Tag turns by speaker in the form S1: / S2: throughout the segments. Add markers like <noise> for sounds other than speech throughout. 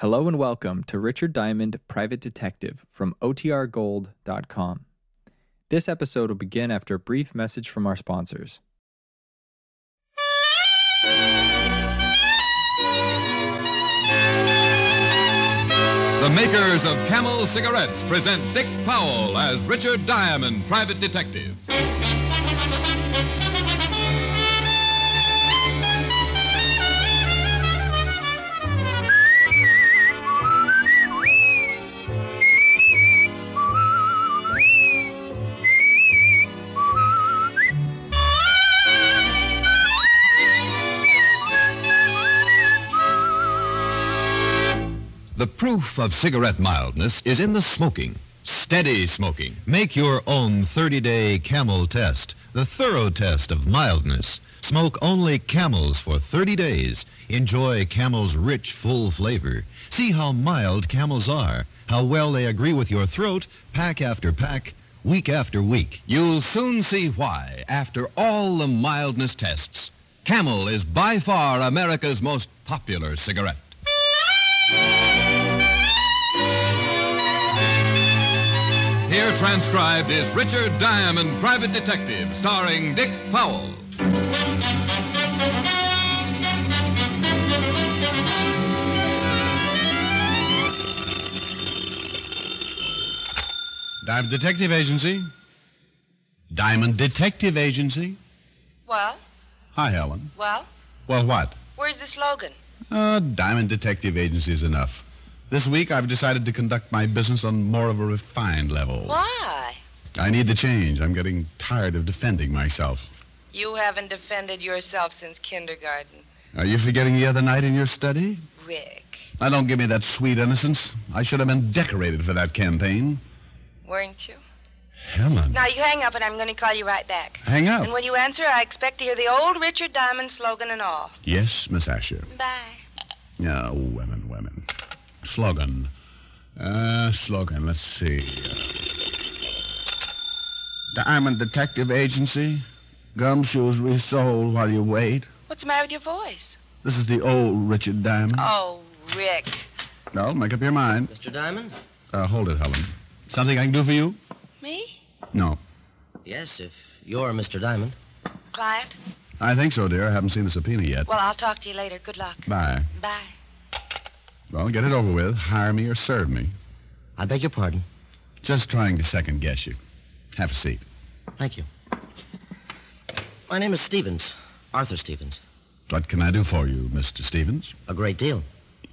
S1: Hello and welcome to Richard Diamond, Private Detective from OTRGold.com. This episode will begin after a brief message from our sponsors.
S2: The makers of Camel cigarettes present Dick Powell as Richard Diamond, private detective. The proof of cigarette mildness is in the smoking, steady smoking.
S3: Make your own 30 day camel test, the thorough test of mildness. Smoke only camels for 30 days. Enjoy camel's rich, full flavor. See how mild camels are, how well they agree with your throat, pack after pack, week after week.
S2: You'll soon see why after all the mildness tests. Camel is by far America's most popular cigarette. Here transcribed is Richard Diamond, private detective, starring Dick Powell.
S4: Diamond Detective Agency. Diamond Detective Agency.
S5: Well,
S4: Hi, Helen.
S5: well,
S4: Well, what?
S5: where's the slogan?
S4: Uh, Diamond Detective Agency is enough. This week, I've decided to conduct my business on more of a refined level.
S5: Why?
S4: I need the change. I'm getting tired of defending myself.
S5: You haven't defended yourself since kindergarten,
S4: Are you forgetting the other night in your study?
S5: Rick.
S4: Now, don't give me that sweet innocence. I should have been decorated for that campaign.
S5: Weren't you?
S4: Helen.
S5: Now you hang up, and I'm going to call you right back.
S4: Hang up.
S5: And when you answer, I expect to hear the old Richard Diamond slogan and all.
S4: Yes, Miss Asher.
S5: Bye.
S4: Yeah, women, women. Slogan. Uh, slogan, let's see. Uh, Diamond Detective Agency. Gumshoes resold while you wait.
S5: What's the matter with your voice?
S4: This is the old Richard Diamond.
S5: Oh, Rick.
S4: Well, make up your mind.
S6: Mr. Diamond?
S4: Uh, hold it, Helen. Something I can do for you?
S5: Me?
S4: No.
S6: Yes, if you're Mr. Diamond.
S5: Client?
S4: I think so, dear. I haven't seen the subpoena yet.
S5: Well, I'll talk to you later. Good luck.
S4: Bye.
S5: Bye.
S4: Well, get it over with. Hire me or serve me.
S6: I beg your pardon.
S4: Just trying to second guess you. Have a seat.
S6: Thank you. My name is Stevens, Arthur Stevens.
S4: What can I do for you, Mr. Stevens?
S6: A great deal.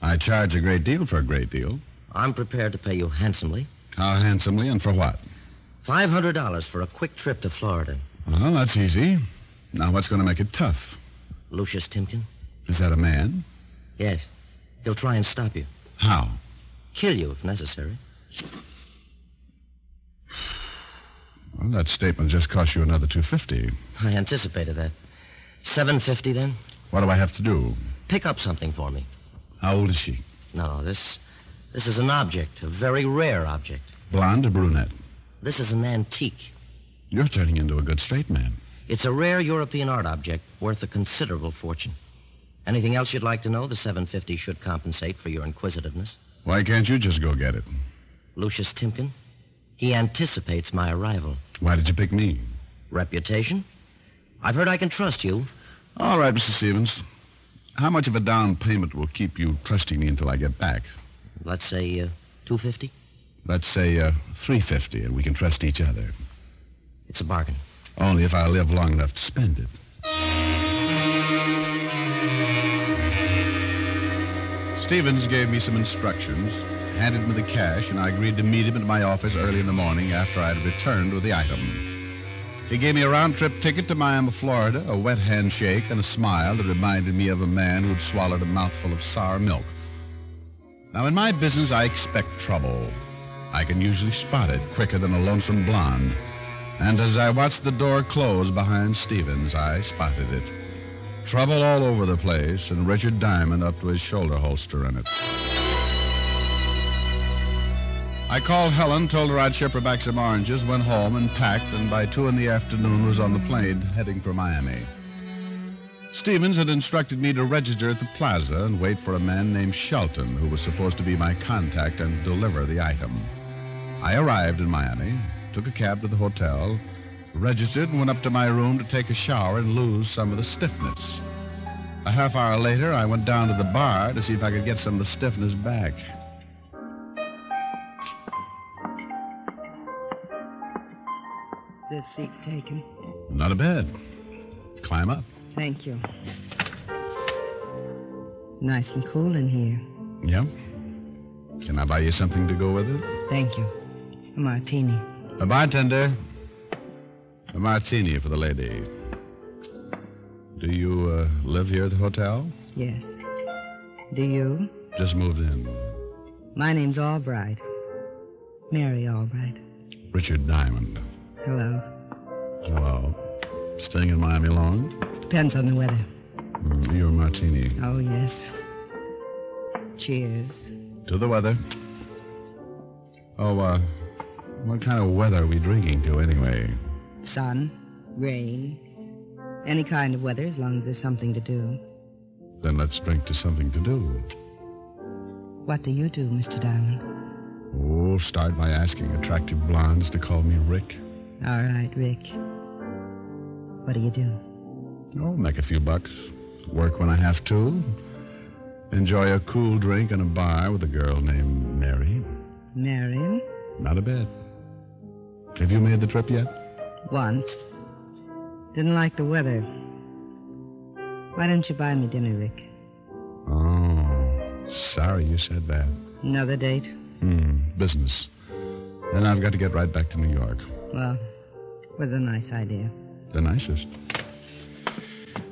S4: I charge a great deal for a great deal.
S6: I'm prepared to pay you handsomely.
S4: How handsomely and for what?
S6: $500 for a quick trip to Florida.
S4: Well, that's easy. Now, what's going to make it tough?
S6: Lucius Timken?
S4: Is that a man?
S6: Yes. He'll try and stop you.
S4: How?
S6: Kill you if necessary.
S4: Well, that statement just cost you another 250.
S6: I anticipated that. 750 then?
S4: What do I have to do?
S6: Pick up something for me.
S4: How old is she?
S6: No, this this is an object, a very rare object.
S4: Blonde or brunette?
S6: This is an antique.
S4: You're turning into a good straight man.
S6: It's a rare European art object worth a considerable fortune. Anything else you'd like to know? The 750 should compensate for your inquisitiveness.
S4: Why can't you just go get it?
S6: Lucius Timken, he anticipates my arrival.
S4: Why did you pick me?
S6: Reputation? I've heard I can trust you.
S4: All right, Mr. Stevens. How much of a down payment will keep you trusting me until I get back?
S6: Let's say uh, 250.
S4: Let's say uh, 350 and we can trust each other.
S6: It's a bargain.
S4: Only if I live long enough to spend it. Stevens gave me some instructions, handed me the cash, and I agreed to meet him at my office early in the morning after I had returned with the item. He gave me a round trip ticket to Miami, Florida, a wet handshake, and a smile that reminded me of a man who'd swallowed a mouthful of sour milk. Now, in my business, I expect trouble. I can usually spot it quicker than a lonesome blonde. And as I watched the door close behind Stevens, I spotted it. Trouble all over the place, and Richard Diamond up to his shoulder holster in it. I called Helen, told her I'd ship her back some oranges, went home and packed, and by two in the afternoon was on the plane heading for Miami. Stevens had instructed me to register at the plaza and wait for a man named Shelton, who was supposed to be my contact and deliver the item. I arrived in Miami, took a cab to the hotel, registered, and went up to my room to take a shower and lose some of the stiffness. A half hour later, I went down to the bar to see if I could get some of the stiffness back.
S7: Is this seat taken?
S4: Not a bad. Climb up.
S7: Thank you. Nice and cool in here.
S4: Yeah? Can I buy you something to go with it?
S7: Thank you. A martini.
S4: A bartender. A martini for the lady. Do you uh, live here at the hotel?
S7: Yes. Do you?
S4: Just moved in.
S7: My name's Albright. Mary Albright.
S4: Richard Diamond.
S7: Hello.
S4: Hello. Staying in Miami long?
S7: Depends on the weather.
S4: Mm, your martini.
S7: Oh, yes. Cheers.
S4: To the weather. Oh, uh, what kind of weather are we drinking to anyway?
S7: Sun, rain, any kind of weather as long as there's something to do.
S4: Then let's drink to something to do.
S7: What do you do, Mr. Diamond?
S4: Oh, start by asking attractive blondes to call me Rick.
S7: All right, Rick. What do you do?
S4: Oh, make a few bucks. Work when I have to. Enjoy a cool drink in a bar with a girl named Mary.
S7: Marion?
S4: Not a bit. Have you made the trip yet?
S7: Once. Didn't like the weather. Why don't you buy me dinner, Rick?
S4: Oh, sorry you said that.
S7: Another date?
S4: Hmm, business. Then I've got to get right back to New York.
S7: Well, was a nice idea.
S4: The nicest.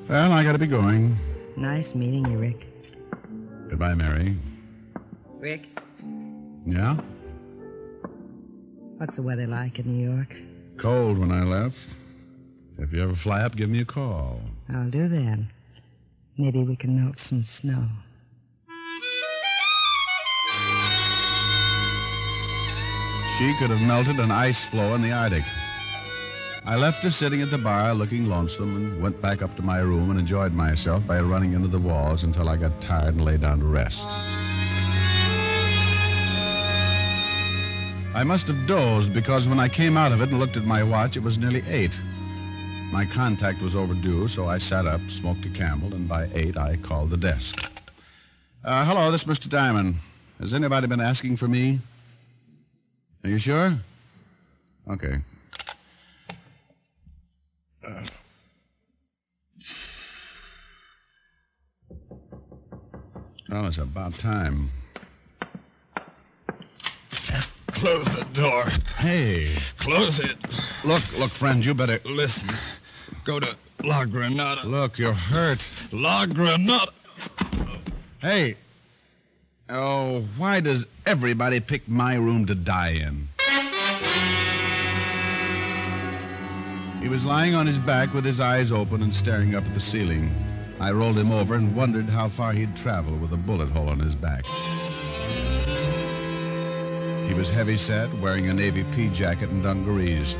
S4: Well, I got to be going.
S7: Nice meeting you, Rick.
S4: Goodbye, Mary.
S7: Rick,
S4: Yeah?
S7: what's the weather like in New York?
S4: Cold when I left. If you ever fly up, give me a call.
S7: I'll do that. Maybe we can melt some snow.
S4: She could have melted an ice floe in the Arctic. I left her sitting at the bar looking lonesome and went back up to my room and enjoyed myself by running into the walls until I got tired and lay down to rest. I must have dozed because when I came out of it and looked at my watch, it was nearly eight. My contact was overdue, so I sat up, smoked a camel, and by eight I called the desk. Uh, hello, this is Mr. Diamond. Has anybody been asking for me? Are you sure? Okay. Uh. Well, it's about time.
S8: Close the door.
S4: Hey,
S8: Close it.
S4: look, look, friend, you better
S8: Listen. Go to La Granada.
S4: look. You're hurt.
S8: La Granada.
S4: Hey. Oh, why does everybody pick my room to die in? He was lying on his back with his eyes open and staring up at the ceiling. I rolled him over and wondered how far he'd travel with a bullet hole in his back. He was heavy set, wearing a navy pea jacket and dungarees.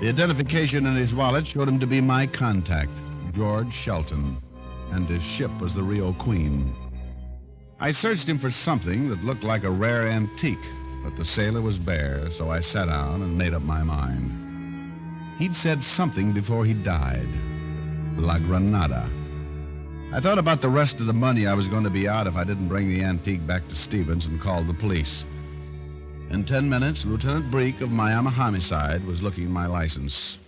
S4: The identification in his wallet showed him to be my contact, George Shelton, and his ship was the Rio Queen. I searched him for something that looked like a rare antique, but the sailor was bare, so I sat down and made up my mind. He'd said something before he died La Granada. I thought about the rest of the money I was going to be out if I didn't bring the antique back to Stevens and called the police. In ten minutes, Lieutenant Breek of Miami Homicide was looking at my license.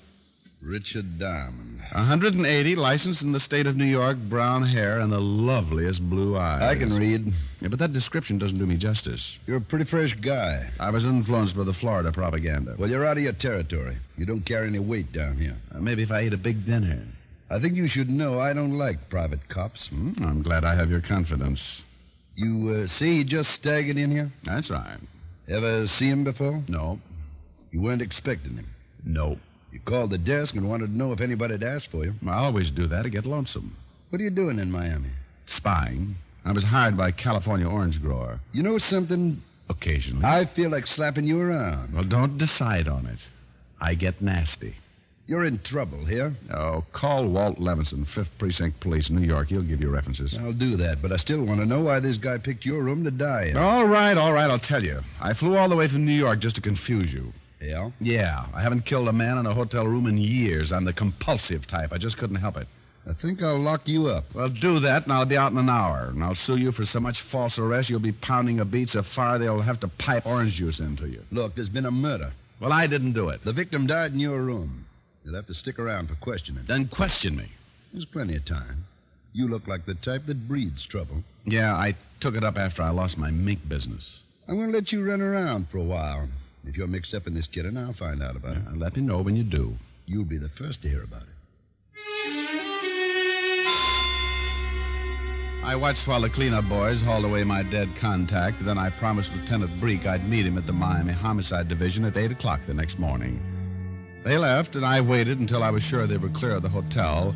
S2: Richard Diamond.
S4: 180, licensed in the state of New York, brown hair, and the loveliest blue eyes.
S2: I can read.
S4: Yeah, but that description doesn't do me justice.
S2: You're a pretty fresh guy.
S4: I was influenced by the Florida propaganda.
S2: Well, you're out of your territory. You don't carry any weight down here.
S4: Uh, maybe if I ate a big dinner.
S2: I think you should know I don't like private cops.
S4: Hmm, I'm glad I have your confidence.
S2: You uh, see, he just staggered in here.
S4: That's right.
S2: Ever see him before?
S4: No.
S2: You weren't expecting him.
S4: No.
S2: You called the desk and wanted to know if anybody had asked for you.
S4: I always do that to get lonesome.
S2: What are you doing in Miami?
S4: Spying. I was hired by a California orange grower.
S2: You know something?
S4: Occasionally.
S2: I feel like slapping you around.
S4: Well, don't decide on it. I get nasty.
S9: You're in trouble here.
S4: Oh, call Walt Levinson, 5th Precinct Police, New York. He'll give you references.
S9: I'll do that, but I still want to know why this guy picked your room to die in.
S4: All right, all right, I'll tell you. I flew all the way from New York just to confuse you.
S9: Yeah?
S4: Yeah, I haven't killed a man in a hotel room in years. I'm the compulsive type. I just couldn't help it.
S9: I think I'll lock you up.
S4: Well, do that, and I'll be out in an hour. And I'll sue you for so much false arrest, you'll be pounding a beat so far they'll have to pipe orange juice into you.
S9: Look, there's been a murder.
S4: Well, I didn't do it.
S9: The victim died in your room. You'll have to stick around for questioning.
S4: Then question me.
S9: There's plenty of time. You look like the type that breeds trouble.
S4: Yeah, I took it up after I lost my mink business.
S9: I'm going to let you run around for a while. If you're mixed up in this killing, I'll find out about it.
S4: Uh, let me know when you do.
S9: You'll be the first to hear about it.
S4: I watched while the cleanup boys hauled away my dead contact. Then I promised Lieutenant Breek I'd meet him at the Miami Homicide Division at 8 o'clock the next morning. They left, and I waited until I was sure they were clear of the hotel,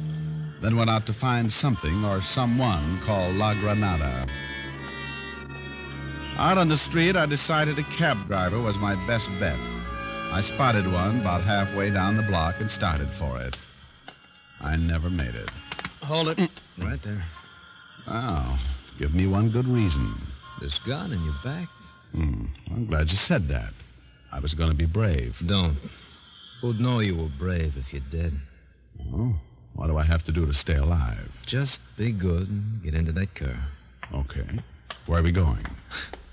S4: then went out to find something or someone called La Granada. Out on the street, I decided a cab driver was my best bet. I spotted one about halfway down the block and started for it. I never made it.
S10: Hold it. Mm. right there.
S4: Oh, give me one good reason.
S10: This gun in your back?
S4: Hmm. I'm glad you said that. I was going to be brave.
S10: Don't. Who'd know you were brave if you did?
S4: Oh, what do I have to do to stay alive?
S10: Just be good and get into that car.
S4: Okay. Where are we going?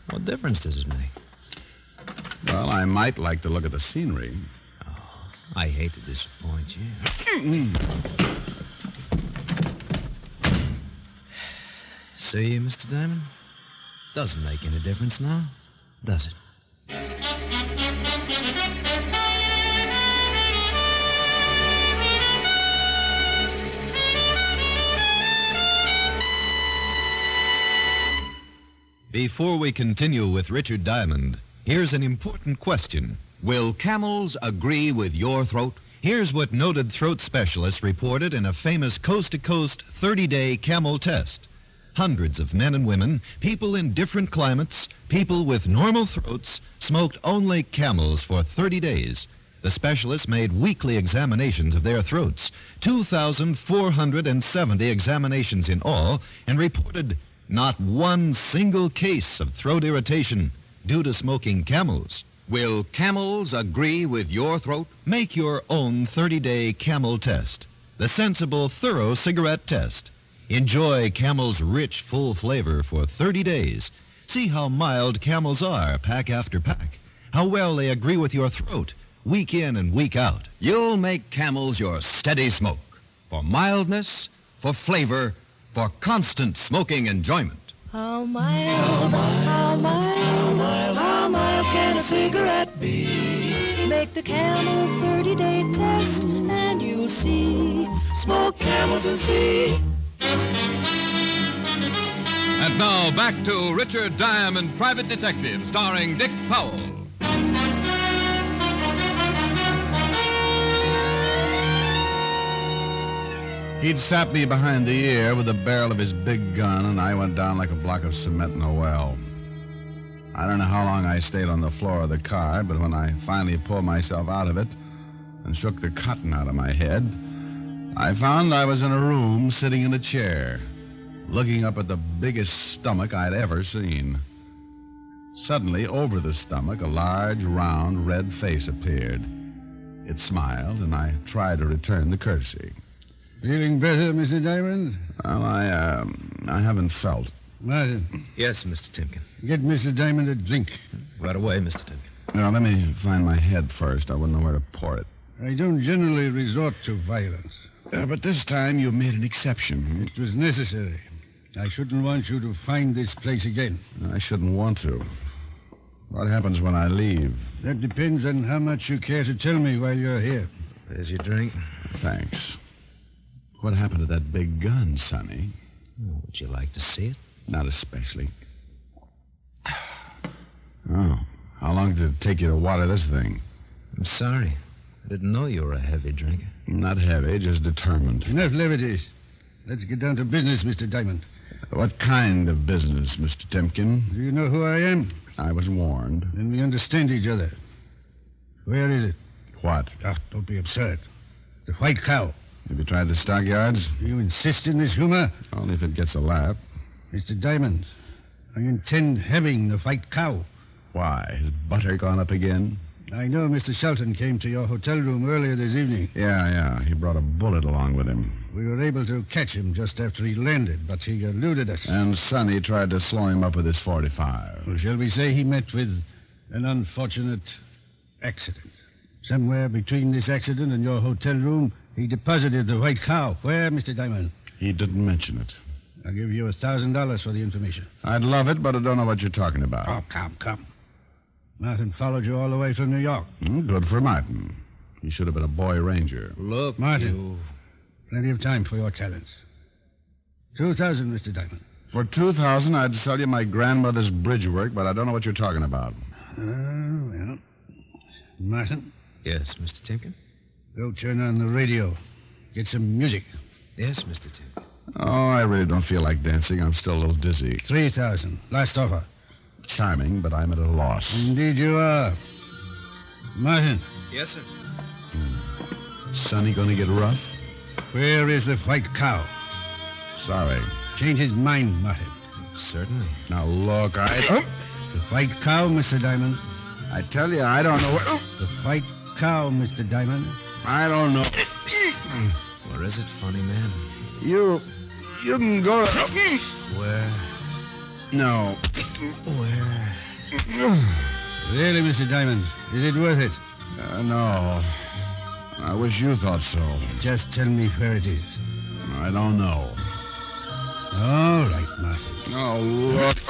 S10: What difference does it make?
S4: Well, I might like to look at the scenery.
S10: Oh, I hate to disappoint <clears throat> you. See, Mr. Diamond? Doesn't make any difference now, does it?
S3: Before we continue with Richard Diamond, here's an important question.
S2: Will camels agree with your throat?
S3: Here's what noted throat specialists reported in a famous coast to coast 30 day camel test hundreds of men and women, people in different climates, people with normal throats, smoked only camels for 30 days. The specialists made weekly examinations of their throats, 2,470 examinations in all, and reported not one single case of throat irritation due to smoking camels.
S2: Will camels agree with your throat?
S3: Make your own 30 day camel test, the sensible, thorough cigarette test. Enjoy Camel's rich, full flavor for 30 days. See how mild Camels are, pack after pack. How well they agree with your throat, week in and week out.
S2: You'll make Camels your steady smoke for mildness, for flavor, for constant smoking enjoyment.
S11: How mild, how mild, how mild, how mild, how mild can a cigarette be? Make the Camel 30-day test and you'll see. Smoke Camels and see.
S2: And now back to Richard Diamond, Private Detective, starring Dick Powell.
S4: He'd sapped me behind the ear with the barrel of his big gun, and I went down like a block of cement in a well. I don't know how long I stayed on the floor of the car, but when I finally pulled myself out of it and shook the cotton out of my head, I found I was in a room sitting in a chair, looking up at the biggest stomach I'd ever seen. Suddenly, over the stomach, a large, round, red face appeared. It smiled, and I tried to return the courtesy.
S9: Feeling better, Mr. Diamond?
S4: Well, I, uh, I haven't felt.
S9: Martin,
S10: Yes, Mr. Timken.
S9: get Mr. Diamond a drink.
S10: Right away, Mr. Timken.
S4: Now, let me find my head first. I wouldn't know where to pour it.
S9: I don't generally resort to violence.
S4: Uh, but this time you made an exception.
S9: It was necessary. I shouldn't want you to find this place again.
S4: I shouldn't want to. What happens when I leave?
S9: That depends on how much you care to tell me while you're here.
S10: There's your drink.
S4: Thanks. What happened to that big gun, Sonny?
S10: Oh, would you like to see it?
S4: Not especially. Oh, how long did it take you to water this thing?
S10: I'm sorry. I didn't know you were a heavy drinker.
S4: Not heavy, just determined.
S9: Enough levities. Let's get down to business, Mr. Diamond.
S4: What kind of business, Mr. Timken?
S9: Do you know who I am?
S4: I was warned.
S9: Then we understand each other. Where is it?
S4: What?
S9: Ah, don't be absurd.
S12: The White Cow.
S4: Have you tried the stockyards?
S12: You insist in this humor?
S4: Only if it gets a laugh.
S12: Mr. Diamond, I intend having the White Cow.
S4: Why? Has butter gone up again?
S12: I know Mr. Shelton came to your hotel room earlier this evening.
S4: Yeah, yeah. He brought a bullet along with him.
S12: We were able to catch him just after he landed, but he eluded us.
S4: And Sonny tried to slow him up with his 45.
S12: Well, shall we say he met with an unfortunate accident? Somewhere between this accident and your hotel room, he deposited the white cow. Where, Mr. Diamond?
S4: He didn't mention it.
S12: I'll give you a thousand dollars for the information.
S4: I'd love it, but I don't know what you're talking about.
S12: Oh, come, come. Martin followed you all the way from New York.
S4: Mm, good for Martin. He should have been a boy ranger.
S12: Look, Martin. You... Plenty of time for your talents. Two thousand, Mr. Diamond.
S4: For two thousand, I'd sell you my grandmother's bridge work, but I don't know what you're talking about.
S12: Oh, well. Martin?
S10: Yes, Mr. Timken?
S12: Go turn on the radio. Get some music.
S10: Yes, Mr. Timken.
S4: Oh, I really don't feel like dancing. I'm still a little dizzy.
S12: Three thousand. Last offer.
S4: Charming, but I'm at a loss.
S12: Indeed you are. Martin.
S10: Yes, sir.
S4: Sonny gonna get rough?
S12: Where is the white cow?
S4: Sorry.
S12: Change his mind, Martin.
S10: Certainly.
S4: Now look, I.
S12: Oh. The white cow, Mr. Diamond.
S4: I tell you, I don't know where. Oh.
S12: The white cow, Mr. Diamond.
S4: I don't know.
S10: where is it, funny man?
S4: You. You can go to.
S10: Where?
S4: No.
S10: Where?
S12: Really, Mr. Diamond, is it worth it?
S4: Uh, no. I wish you thought so.
S12: Just tell me where it is.
S4: I don't know.
S12: All right, Martin.
S4: Oh, Lord.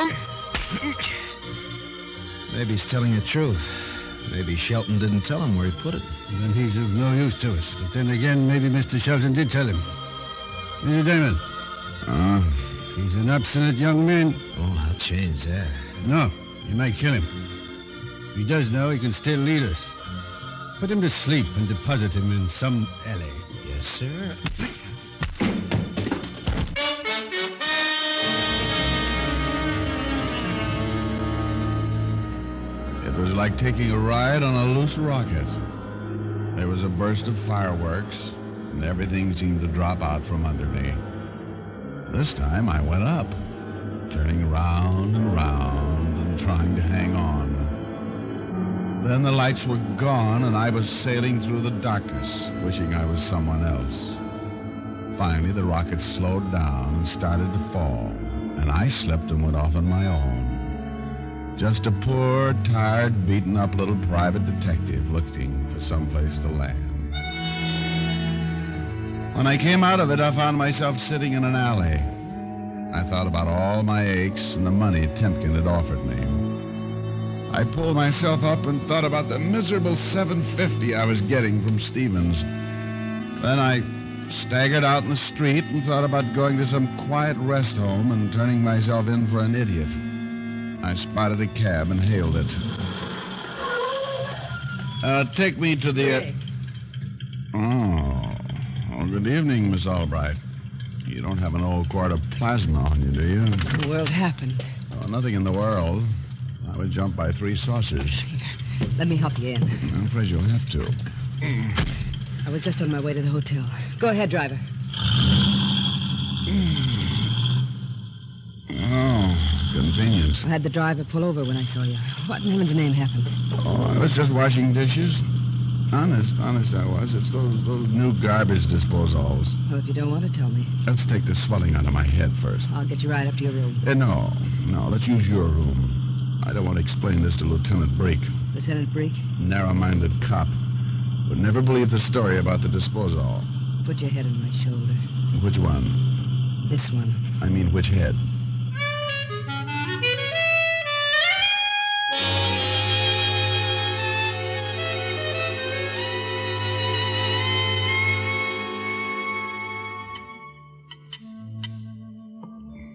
S10: Maybe he's telling the truth. Maybe Shelton didn't tell him where he put it.
S12: Then he's of no use to us. But then again, maybe Mr. Shelton did tell him. Mr. Diamond.
S4: Uh,
S12: he's an obstinate young man.
S10: Oh, I'll change that.
S12: No, you might kill him. If he does know, he can still lead us. Put him to sleep and deposit him in some alley.
S10: Yes, sir.
S4: It was like taking a ride on a loose rocket. There was a burst of fireworks, and everything seemed to drop out from under me. This time I went up, turning round and round and trying to hang on. Then the lights were gone, and I was sailing through the darkness, wishing I was someone else. Finally, the rocket slowed down and started to fall, and I slipped and went off on my own. Just a poor, tired, beaten up little private detective looking for some place to land. When I came out of it, I found myself sitting in an alley. I thought about all my aches and the money Timken had offered me. I pulled myself up and thought about the miserable 750 I was getting from Stevens. Then I staggered out in the street and thought about going to some quiet rest home and turning myself in for an idiot. I spotted a cab and hailed it. Uh, take me to the. Uh... Oh. oh, good evening, Miss Albright. You don't have an old quart of plasma on you, do you?
S13: Well, it happened.
S4: Oh, nothing in the world. I was jumped by three saucers.
S13: Let me help you in.
S4: I'm afraid you'll have to.
S13: I was just on my way to the hotel. Go ahead, driver.
S4: Oh, convenient.
S13: I had the driver pull over when I saw you. What in heaven's name happened?
S4: Oh, I was just washing dishes. Honest, honest, I was. It's those those new garbage disposals.
S13: Well, if you don't want to tell me,
S4: let's take the swelling out of my head first.
S13: I'll get you right up to your room.
S4: Uh, no, no, let's use your room. I don't want to explain this to Lieutenant Brake.
S13: Lieutenant Brake?
S4: Narrow minded cop. Would never believe the story about the disposal.
S13: Put your head on my shoulder.
S4: Which one?
S13: This one.
S4: I mean, which head?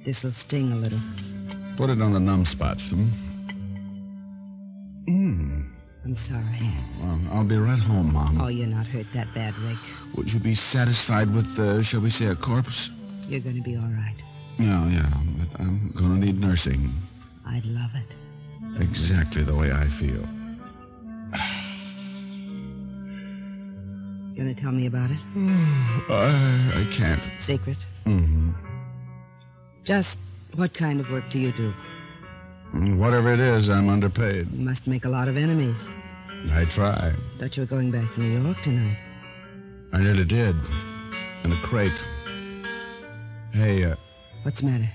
S13: This'll sting a little.
S4: Put it on the numb spots, hmm?
S13: I'm sorry.
S4: Well, I'll be right home, Mom.
S13: Oh, you're not hurt that bad, Rick.
S4: Would you be satisfied with, uh, shall we say, a corpse?
S13: You're going to be all right.
S4: Yeah, yeah. But I'm going to need nursing.
S13: I'd love it.
S4: Exactly the way I feel.
S13: Go
S7: Gonna tell me about it?
S4: I, I can't.
S7: Secret?
S4: Mhm.
S7: Just what kind of work do you do?
S4: Mm, Whatever it is, I'm underpaid.
S7: You must make a lot of enemies.
S4: I try.
S7: Thought you were going back to New York tonight.
S4: I nearly did. In a crate. Hey, uh,
S7: What's the matter?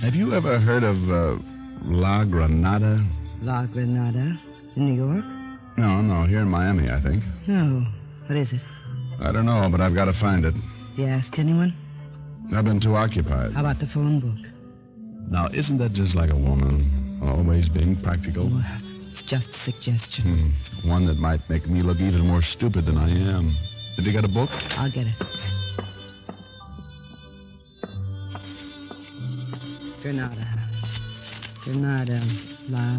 S4: have you ever heard of uh, La Granada?
S7: La Granada? In New York?
S4: No, no, here in Miami, I think.
S7: No. What is it?
S4: I don't know, but I've got to find it.
S7: You asked anyone?
S4: I've been too occupied.
S7: How about the phone book?
S4: Now, isn't that just like a woman? Always being practical?
S7: It's just a suggestion.
S4: Hmm, One that might make me look even more stupid than I am. Have you got a book?
S7: I'll get it. Granada. Granada. La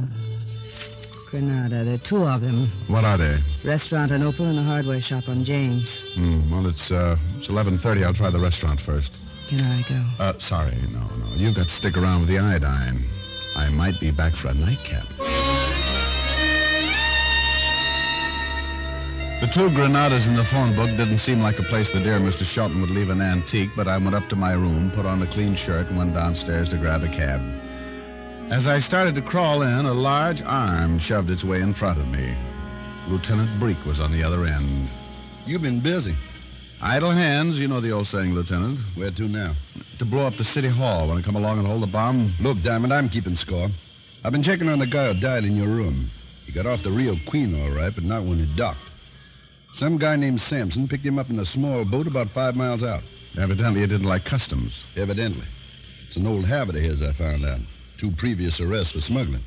S7: Granada. There are two of them.
S4: What are they?
S7: Restaurant on Opal and a hardware shop on James.
S4: Hmm, well, it's, uh, it's 11.30. I'll try the restaurant first.
S7: Can I go?
S4: Uh, sorry, no, no. You've got to stick around with the iodine. I might be back for a nightcap. The two Granadas in the phone book didn't seem like a place the dear Mr. Shelton would leave an antique, but I went up to my room, put on a clean shirt, and went downstairs to grab a cab. As I started to crawl in, a large arm shoved its way in front of me. Lieutenant Breek was on the other end. You've been busy. Idle hands, you know the old saying, Lieutenant. Where to now? To blow up the city hall. Want to come along and hold the bomb?
S9: Look, Diamond, I'm keeping score. I've been checking on the guy who died in your room. He got off the Rio Queen all right, but not when he docked. Some guy named Sampson picked him up in a small boat about five miles out.
S4: Evidently, he didn't like customs.
S9: Evidently. It's an old habit of his, I found out. Two previous arrests for smuggling.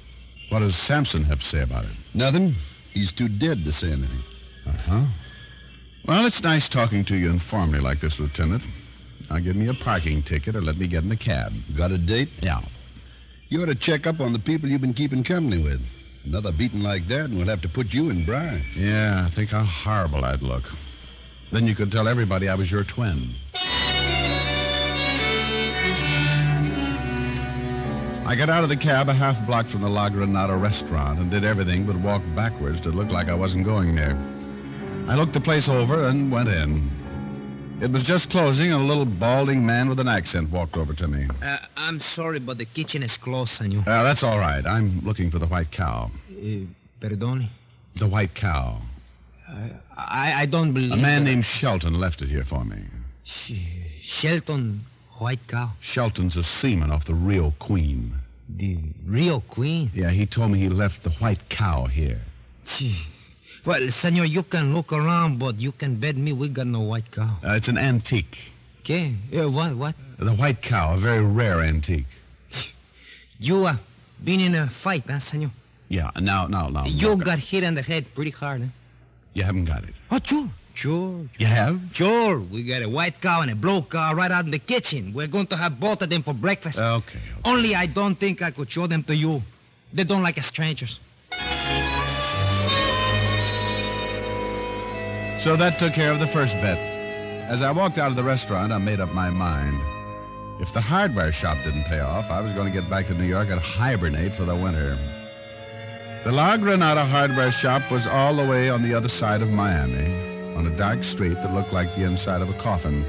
S4: What does Sampson have to say about it?
S9: Nothing. He's too dead to say anything.
S4: Uh-huh. Well, it's nice talking to you informally like this, Lieutenant. Now give me a parking ticket or let me get in a cab.
S9: Got a date?
S4: Yeah.
S9: You ought to check up on the people you've been keeping company with. Another beating like that, and we'll have to put you in brine.
S4: Yeah, I think how horrible I'd look. Then you could tell everybody I was your twin. I got out of the cab a half block from the La Granada restaurant and did everything but walk backwards to look like I wasn't going there. I looked the place over and went in. It was just closing, and a little balding man with an accent walked over to me.
S10: Uh, I'm sorry, but the kitchen is closed, senor.
S4: Uh, that's all right. I'm looking for the white cow.
S10: Uh, perdone.
S4: The white cow.
S10: I, I don't believe.
S4: A man
S10: that-
S4: named Shelton left it here for me.
S10: Sh- Shelton White Cow.
S4: Shelton's a seaman off the Rio Queen.
S10: The Rio Queen. <laughs>
S4: Yeah, he told me he left the white cow here.
S10: Gee. Well, senor, you can look around, but you can bet me we got no white cow.
S4: Uh, it's an antique.
S10: Okay. Uh, what? What?
S4: The white cow, a very rare antique.
S10: You uh, been in a fight, huh, senor?
S4: Yeah, now, now, now.
S10: you got hit on the head pretty hard, huh?
S4: You haven't got it.
S10: Oh, sure. Sure.
S4: You have?
S10: Sure. We got a white cow and a blue cow right out in the kitchen. We're going to have both of them for breakfast.
S4: Okay. okay.
S10: Only I don't think I could show them to you. They don't like strangers.
S4: So that took care of the first bet. As I walked out of the restaurant, I made up my mind. If the hardware shop didn't pay off, I was going to get back to New York and hibernate for the winter. The La Granada hardware shop was all the way on the other side of Miami, on a dark street that looked like the inside of a coffin.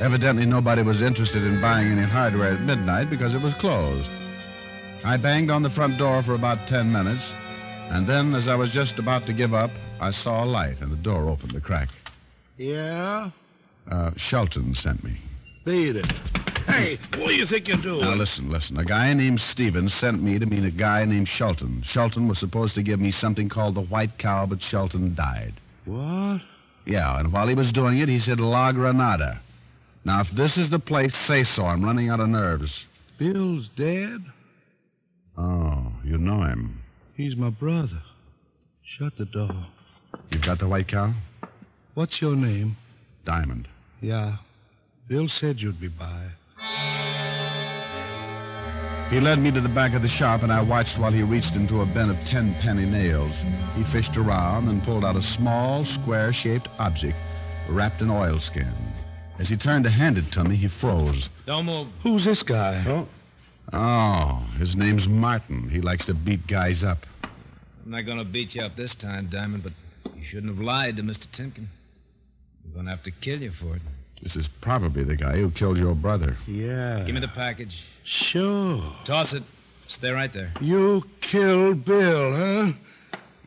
S4: Evidently, nobody was interested in buying any hardware at midnight because it was closed. I banged on the front door for about ten minutes, and then, as I was just about to give up, I saw a light and the door opened a crack.
S14: Yeah?
S4: Uh, Shelton sent me.
S14: Beat it. Hey, what do you think you're doing?
S4: Now, listen, listen. A guy named Stevens sent me to meet a guy named Shelton. Shelton was supposed to give me something called the White Cow, but Shelton died.
S14: What?
S4: Yeah, and while he was doing it, he said La Granada. Now, if this is the place, say so. I'm running out of nerves.
S14: Bill's dead?
S4: Oh, you know him.
S14: He's my brother. Shut the door.
S4: You've got the White Cow?
S14: What's your name?
S4: Diamond.
S14: Yeah. Bill said you'd be by.
S4: He led me to the back of the shop, and I watched while he reached into a bin of ten penny nails. He fished around and pulled out a small, square shaped object wrapped in oilskin. As he turned to hand it to me, he froze.
S10: Don't move.
S14: Who's this guy? Oh.
S4: Oh, his name's Martin. He likes to beat guys up.
S10: I'm not gonna beat you up this time, Diamond, but you shouldn't have lied to Mr. Timken.
S15: We're gonna have to kill you for it.
S4: This is probably the guy who killed your brother.
S16: Yeah.
S15: Give me the package.
S16: Sure.
S15: Toss it. Stay right there.
S16: You killed Bill, huh?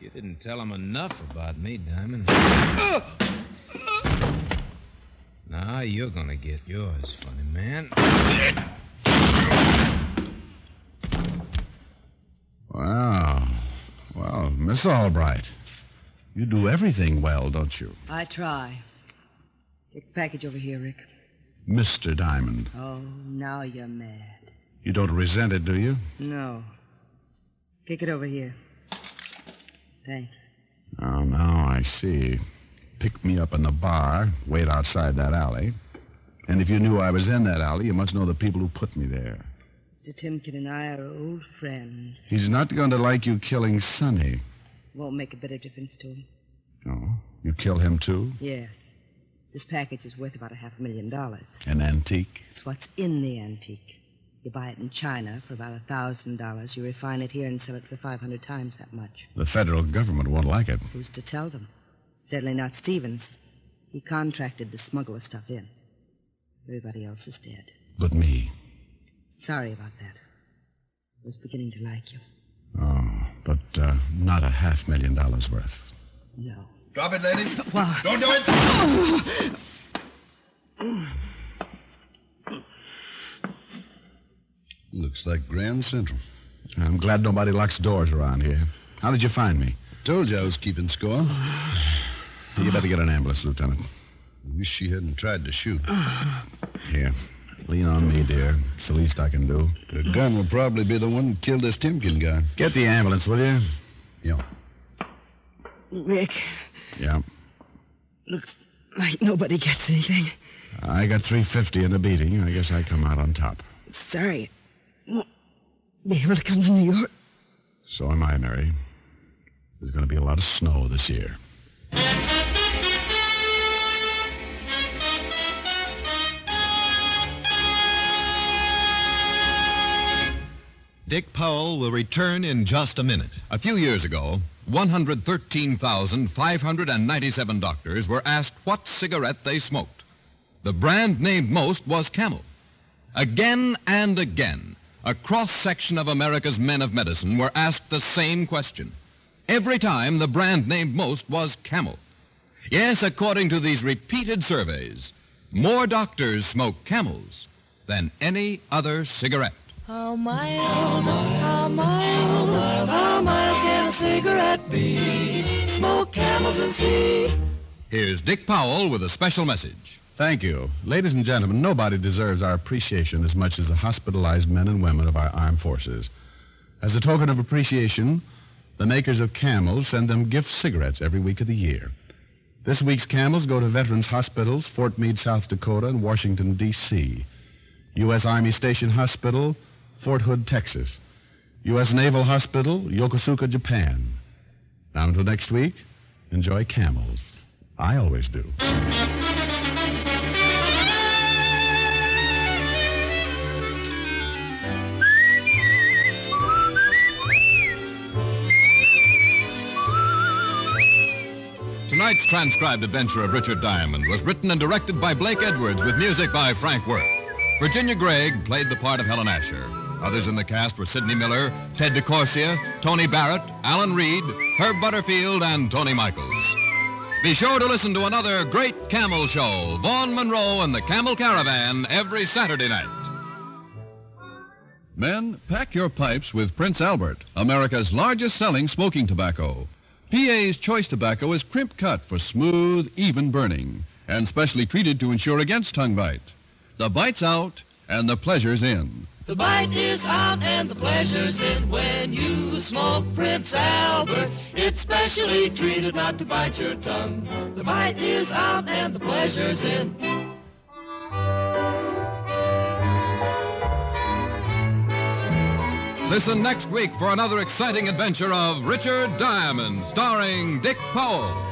S15: You didn't tell him enough about me, Diamond. now you're gonna get yours, funny man.
S4: Wow. Well, Miss Albright, you do everything well, don't you?
S7: I try. Take the package over here, Rick.
S4: Mr. Diamond,
S7: Oh, now you're mad.
S4: you don't resent it, do you?
S7: No. Kick it over here. Thanks.
S4: Oh, now I see. Picked me up in the bar, wait outside that alley. And if you knew I was in that alley, you must know the people who put me there.
S7: Mr. Timkin and I are old friends.
S4: He's not going to like you killing Sonny.
S7: Won't make a bit of difference to him.
S4: No, you kill him too?
S7: Yes. This package is worth about a half a million dollars.
S4: An antique?
S7: It's what's in the antique. You buy it in China for about a thousand dollars. You refine it here and sell it for five hundred times that much.
S4: The federal government won't like it.
S7: Who's to tell them? Certainly not Stevens. He contracted to smuggle the stuff in. Everybody else is dead.
S4: But me.
S7: Sorry about that. I was beginning to like you.
S4: Oh, but uh, not a half million dollars worth.
S7: No.
S12: Drop it, lady.
S7: Why?
S12: Don't do it.
S4: Looks like Grand Central. I'm glad nobody locks doors around here. How did you find me?
S12: Told you I was keeping score.
S4: You better get an ambulance, Lieutenant.
S12: Wish she hadn't tried to shoot.
S4: Here. Lean on me, dear. It's the least I can do.
S12: The gun will probably be the one that killed this Timken guy.
S4: Get the ambulance, will you? Yeah.
S7: Rick,
S4: Yeah.
S7: looks like nobody gets anything.
S4: I got 350 in the beating. I guess I come out on top.
S7: Sorry. Won't be able to come to New York.
S4: So am I, Mary. There's going to be a lot of snow this year.
S17: Dick Powell will return in just a minute.
S2: A few years ago, 113,597 doctors were asked what cigarette they smoked. The brand named most was Camel. Again and again, a cross section of America's men of medicine were asked the same question. Every time, the brand named most was Camel. Yes, according to these repeated surveys, more doctors smoke Camels than any other cigarette.
S6: How mild, how mild, how mild, how mild can a cigarette be? Smoke camels and see.
S2: Here's Dick Powell with a special message.
S4: Thank you. Ladies and gentlemen, nobody deserves our appreciation as much as the hospitalized men and women of our armed forces. As a token of appreciation, the makers of camels send them gift cigarettes every week of the year. This week's camels go to veterans hospitals, Fort Meade, South Dakota, and Washington, D.C., U.S. Army Station Hospital, Fort Hood, Texas, U.S. Naval Hospital, Yokosuka, Japan. Now until next week, enjoy camels. I always do.
S2: Tonight's transcribed adventure of Richard Diamond was written and directed by Blake Edwards with music by Frank Worth. Virginia Gregg played the part of Helen Asher. Others in the cast were Sidney Miller, Ted DeCorsia, Tony Barrett, Alan Reed, Herb Butterfield, and Tony Michaels. Be sure to listen to another great camel show, Vaughn Monroe and the Camel Caravan, every Saturday night.
S18: Men, pack your pipes with Prince Albert, America's largest selling smoking tobacco. PA's Choice Tobacco is crimp cut for smooth, even burning, and specially treated to ensure against tongue bite. The bite's out and the pleasure's in.
S6: The bite is out and the pleasure's in when you smoke Prince Albert. It's specially treated not to bite your tongue. The bite is out and the pleasure's in.
S2: Listen next week for another exciting adventure of Richard Diamond, starring Dick Powell.